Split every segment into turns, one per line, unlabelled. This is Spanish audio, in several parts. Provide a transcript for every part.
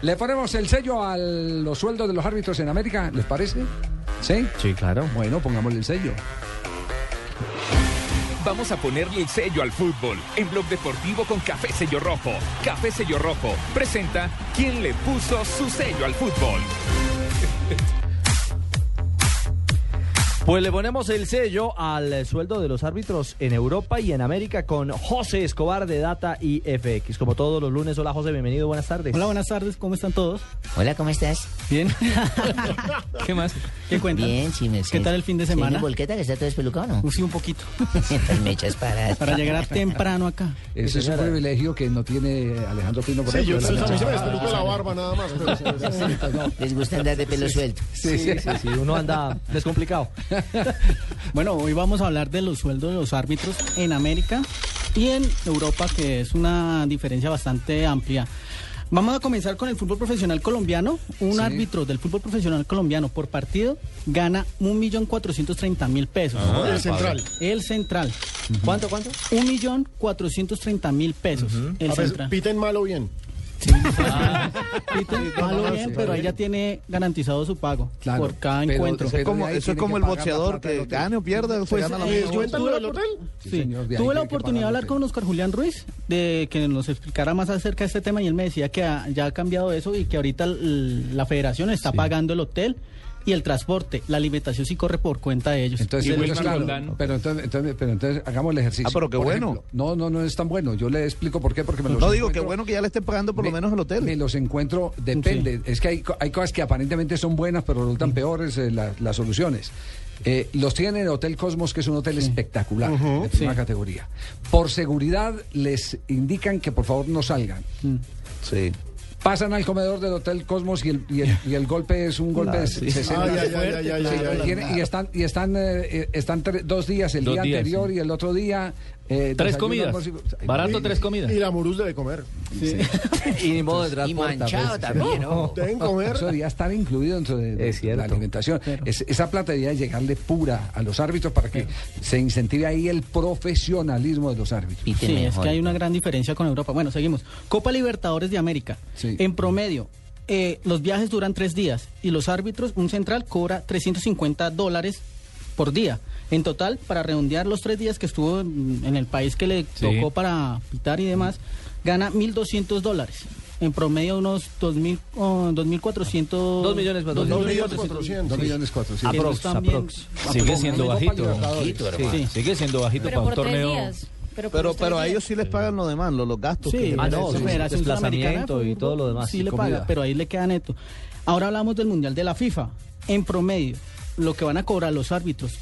Le ponemos el sello a los sueldos de los árbitros en América, ¿les parece? ¿Sí?
Sí, claro.
Bueno, pongámosle el sello.
Vamos a ponerle el sello al fútbol en Blog Deportivo con Café Sello Rojo. Café Sello Rojo presenta quién le puso su sello al fútbol.
Pues le ponemos el sello al sueldo de los árbitros en Europa y en América con José Escobar de Data y FX. Como todos los lunes, hola José, bienvenido, buenas tardes.
Hola, buenas tardes, ¿cómo están todos?
Hola, ¿cómo estás?
Bien. ¿Qué más? ¿Qué cuentan?
Bien, sí, me
¿Qué tal el fin de semana?
¿Tiene volqueta que está todo despelucado no?
Sí, un poquito.
Pues me echas para...
Para llegar a temprano acá.
Ese es un privilegio que no tiene Alejandro Pino por
Sí, yo,
ejemplo.
a mí se me despelucó la barba nada más. pero-
Les gusta andar de pelo suelto.
Sí, sí, sí, sí, uno anda descomplicado.
Bueno, hoy vamos a hablar de los sueldos de los árbitros en América y en Europa, que es una diferencia bastante amplia. Vamos a comenzar con el fútbol profesional colombiano. Un
Sí.
árbitro del fútbol profesional colombiano por partido gana 1.430.000 pesos.
Ah.
El central.
Ah, El central,
¿Cuánto, cuánto?
1.430.000 pesos. El
A veces
central.
piten mal o bien.
Piten, malo
no,
bien,
sí,
pero
sí.
ahí ya tiene garantizado su pago
Ah, Claro,
por cada
pero-
encuentro.
pero de ahí
eso es
tiene
como
que pagar
el
la
boxeador
plata
que
del hotel.
gane o pierda, pues,
¿Y
gana la
eh,
misma.
les cuentan lo del hotel?
Sí,
Sí,
señor, de ahí
tuve la
tiene que
oportunidad de
pagar
hablar con Oscar Julián Ruiz de que nos explicara más acerca de este tema y él me decía que ha- ya ha cambiado eso y que ahorita l- la federación está pagando el hotel y el transporte. La alimentación sí corre por cuenta de ellos.
Entonces,
Y
pero,
Wilmar
claro,
Roldán.
pero entonces, entonces- pero entonces hagamos el ejercicio.
Ah, pero qué
Por
bueno.
ejemplo, no, no, no es tan bueno. Yo le explico por qué, porque me lo
No digo que bueno que ya le estén pagando por lo menos el
Me
hotel.
los encuentro, depende. Es que hay, co- hay cosas que aparentemente son buenas, pero
Mm.
resultan peores eh, la- las soluciones. Eh, los tiene el Hotel Cosmos, que es un hotel espectacular, de primera categoría. Por seguridad, les indican que por favor no salgan.
Mm.
Sí.
Pasan al comedor del Hotel Cosmos y el, y el, y el golpe es un golpe de
Ah, sí.
60.
Ay, ay, ay, ay, ay,
Sí,
ay, ay.
tiene- y están, y están, eh, eh, están tre- dos días, el
Dos
día
días,
anterior
sí.
y el otro día. eh,
Tres
desayuno,
comidas.
almuerzo y-
Barato tres comidas.
Y la Murús debe comer.
Y ni modo de
Y
transporte,
manchado
pues.
también, ¿no?
Deben comer.
Ah, Eso debería estar incluido dentro de, de
Es cierto.
la alimentación. Es- esa plata debería llegarle pura a los árbitros para que se incentive ahí el profesionalismo de los árbitros.
Piten
Sí,
mejor.
es que hay una gran diferencia con Europa. Bueno, seguimos. Copa Libertadores de América.
Sí.
En promedio, eh, los viajes duran tres días y los árbitros, un central cobra 350 dólares por día. En total, para redondear los tres días que estuvo en, en el país que le tocó para pitar y demás, gana 1.200 dólares. En promedio, unos 2.000, oh, 2.400...
Dos millones más, dos millones.
dos millones
Dos millones cuatrocientos.
Que no
Aprox,
están bien.
aprox.
Sigue siendo
Copa
bajito.
Libertadores.
Sí.
Sigue siendo bajito
Pero
para un
por tres
torneo.
días. Pero, por
Pero,
los tres
pero a
días.
ellos sí les pagan lo demás, lo- los gastos.
Sí,
que
ah,
tienen.
no,
sí,
su
sí,
Federación
desplazamiento
Sudamericana de
y todo lo
Fútbol
demás,
Sí
y
le
comida.
paga, pero ahí le queda neto. Ahora hablamos del Mundial de la FIFA. En promedio, lo que van a cobrar los árbitros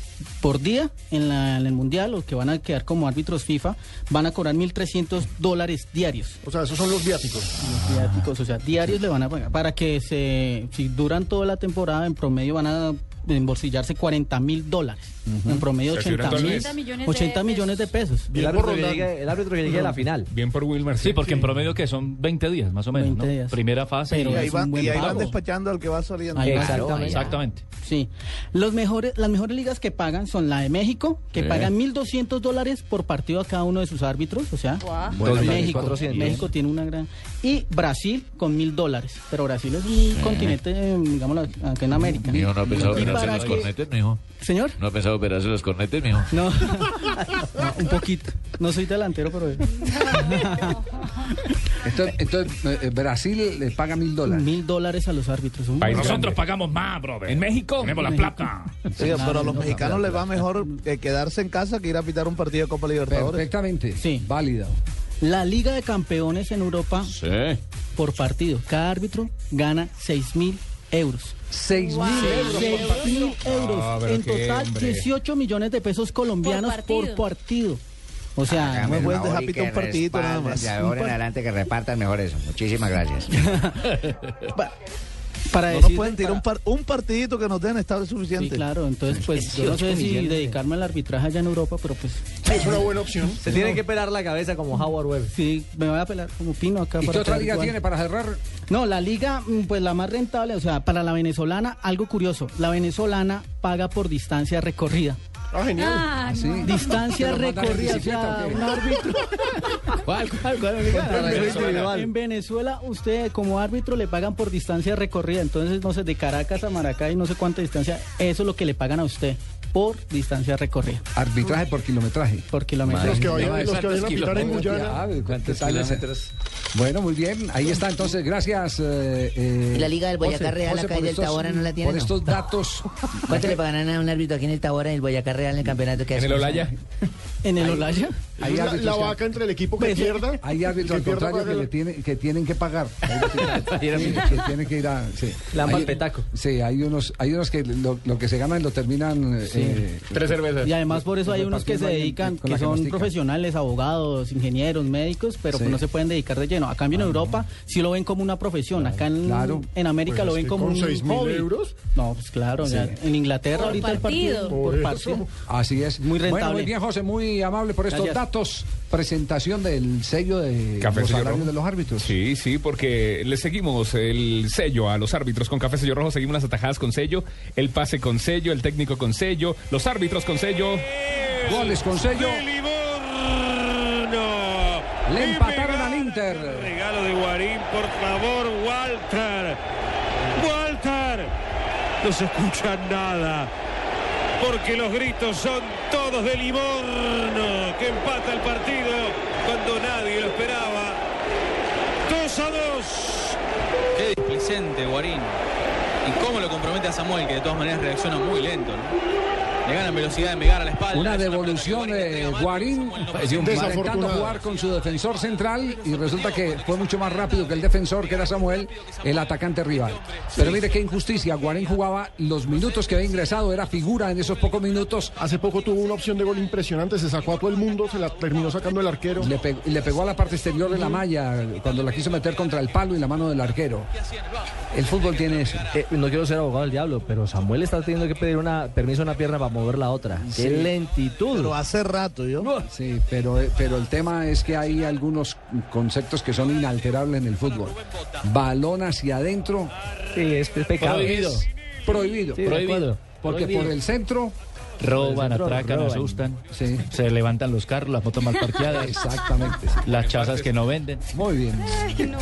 por día en, la- en el Mundial, los que van a quedar como árbitros FIFA, van a cobrar 1.300 dólares diarios.
O sea, esos son los viáticos.
Los viáticos, o sea, diarios le van a pagar. Para que se, si duran toda la temporada, en promedio van a embolsillarse 40 mil dólares. En promedio
O sea, si duran
80
todo el
mil.
mes.
80 millones de
80 millones de pesos.
El
Bien por
árbitro que
Roldán.
llegue, el árbitro que llegue a la final.
Bien por Wilmar.
Sí, porque en promedio que son 20 días, más o menos,
20
¿no?
días.
Primera fase.
Pero
Y
y-
ahí
es un
van,
buen
y ahí
pago.
van despachando al que va saliendo.
Ahí va.
Exactamente.
Exactamente.
Sí. Los mejores, las mejores ligas que pagan son la de México, que pagan 1.200 dólares por partido a cada uno de sus árbitros, o sea,
Guau.
Bueno,
México,
400.
México tiene una gran... Y Brasil con 1.000 dólares, pero Brasil es un continente, eh, digamos, acá en América.
Mijo, no ha pensado
Y
operarse
para
los
que-
cornetes, mijo.
Señor,
No ha pensado operarse los cornetes, mijo.
no. No, un poquito. No soy delantero, pero...
Ah. Entonces, entonces, eh, eh, Brasil le paga mil dólares.
Mil dólares a los árbitros. un-
País
Nosotros
grande.
pagamos más, brother.
En México tenemos la plata.
Oiga, pero a los mexicanos les va mejor eh, quedarse en casa que ir a pitar un partido de Copa Libertadores.
Perfectamente.
Sí.
Válido.
La Liga de Campeones en Europa
Sí.
por partido. Cada árbitro gana 6.000 euros.
Seis mil euros.
6 mil euros.
Ah, pero
en
qué
total,
hombre.
18 millones de pesos colombianos por
Por partido.
partido. O sea,
me
Ah,
Hágame el
pueden dejar
favor y
pitar
que
un partidito nada
respalden,
más.
De ahora en adelante que repartan mejor eso. Muchísimas gracias.
pa- para
No nos
decirte-
pueden tirar un, par- un partidito que nos den, está
Sí,
suficiente.
claro, entonces pues yo no sé si dedicarme al arbitraje allá en Europa, pero pues
Es una buena opción.
Se tiene que pelar la cabeza como Howard Webb.
sí, me voy a pelar como pino acá.
¿Y
para
qué otra
estar
liga
igual.
tiene para cerrar?
No, la liga, mm, pues la más rentable, o sea, para la venezolana, algo curioso, la venezolana paga por distancia recorrida.
Ah, genial.
Ah, no.
Sí.
Distancia
¿Te lo mandan en bicicleta
recorrida
o qué?
un árbitro.
¿Cuál, cuál, cuál?
En Venezuela, usted como árbitro le pagan por distancia recorrida. Entonces, no sé, de Caracas a Maracay, no sé cuánta distancia. Eso es lo que le pagan a usted por distancia recorrida,
Arbitraje por kilometraje.
por
Los
kilómetro.
que vayan, los que
¿Cuántos
vayan a pitar en
kilómetros?
Guyana.
Ah, ¿qué
¿Cuántos
tal?
kilómetros?
Bueno, muy bien. Ahí está entonces. Gracias. eh, eh,
¿Y la Liga del Boyacá
José,
Real
José,
acá y
por
del
estos-
Tabora no la tiene,
Por
no?
estos datos.
¿Cuánto le pagarán a un árbitro aquí en el Tabora y el Boyacá Real en el campeonato que
En
hace?
el Olaya.
En el Olaya.
Hay
la,
árbitros
la
que-
vaca entre el equipo que pierda.
Hay
el que
árbitros al
pierda
contrario que,
paga
le
el-
tienen, que tienen que pagar. Sí, que tienen que ir a. Sí.
Lamba
Hay-
al petaco.
Sí, hay unos, hay unos que lo, lo que se ganan lo terminan. eh, eh,
Tres cervezas.
Y además por
Pues
eso hay unos que se
Repartiendo ahí
dedican,
con
que
la
son
genostica.
profesionales, abogados, ingenieros, médicos, pero
Sí. Ah,
pues no se pueden dedicar de lleno. A cambio en Europa sí lo ven como una profesión. Acá en,
claro.
en América
Pues
lo
es
ven
que
como
con
un
6.000
hobby.
euros.
No, pues claro. ya en Inglaterra
Por
ahorita el partido
partido.
por
Por
partido.
eso.
Así es.
Muy rentable.
Bueno, muy bien, José, muy amable por estos
Gracias.
datos. Presentación del sello de
Café
los
Sello
salarios
Rojo.
de los árbitros.
Sí, sí, porque le seguimos el sello a los árbitros con café sello rojo, seguimos las atajadas con sello, el pase con sello, el técnico con sello, los árbitros con sello.
Goles con sello. Le empataron al Inter.
Regalo de Guarín, por favor, Walter. Walter. No se escucha nada. Porque los gritos son todos de Livorno, que empata el partido cuando nadie lo esperaba. 2 a 2. Qué displicente, Guarín. Y cómo lo compromete a Samuel, que de todas maneras reacciona muy lento. ¿no? Le ganan velocidad de pegar a la espalda.
Una
Es pelota
devolución
que Guarín
de
entrega mal, Samuel
Guarín
no
intentando
Desafortunado.
jugar con su defensor central y resulta que fue mucho más rápido que el defensor que era Samuel, el atacante rival. Pero mire qué injusticia, Guarín jugaba los minutos que había ingresado, era figura en esos pocos minutos,
Hace poco tuvo una opción de gol impresionante, se sacó a todo el mundo, se la terminó sacando el arquero.
Le, pe- le pegó a la parte exterior de la malla cuando la quiso meter contra el palo y la mano del arquero. El fútbol tiene eso.
Eh, no quiero ser abogado del diablo, pero Samuel está teniendo que pedir una permiso a una pierna para mover la otra. Qué lentitud.
Pero hace rato, yo.
Sí, pero, eh, pero el tema es que hay algunos conceptos que son inalterables en el fútbol. Balón hacia adentro,
Sí, es, es pecado.
Prohibido.
prohibido.
Sí, de acuerdo.
Porque por el centro,
Roban,
Roban.
atracan, asustan.
sí,
Se levantan los carros, las motos mal parqueadas,
exactamente. sí.
las chazas que no venden.
Muy bien.
Ay, no.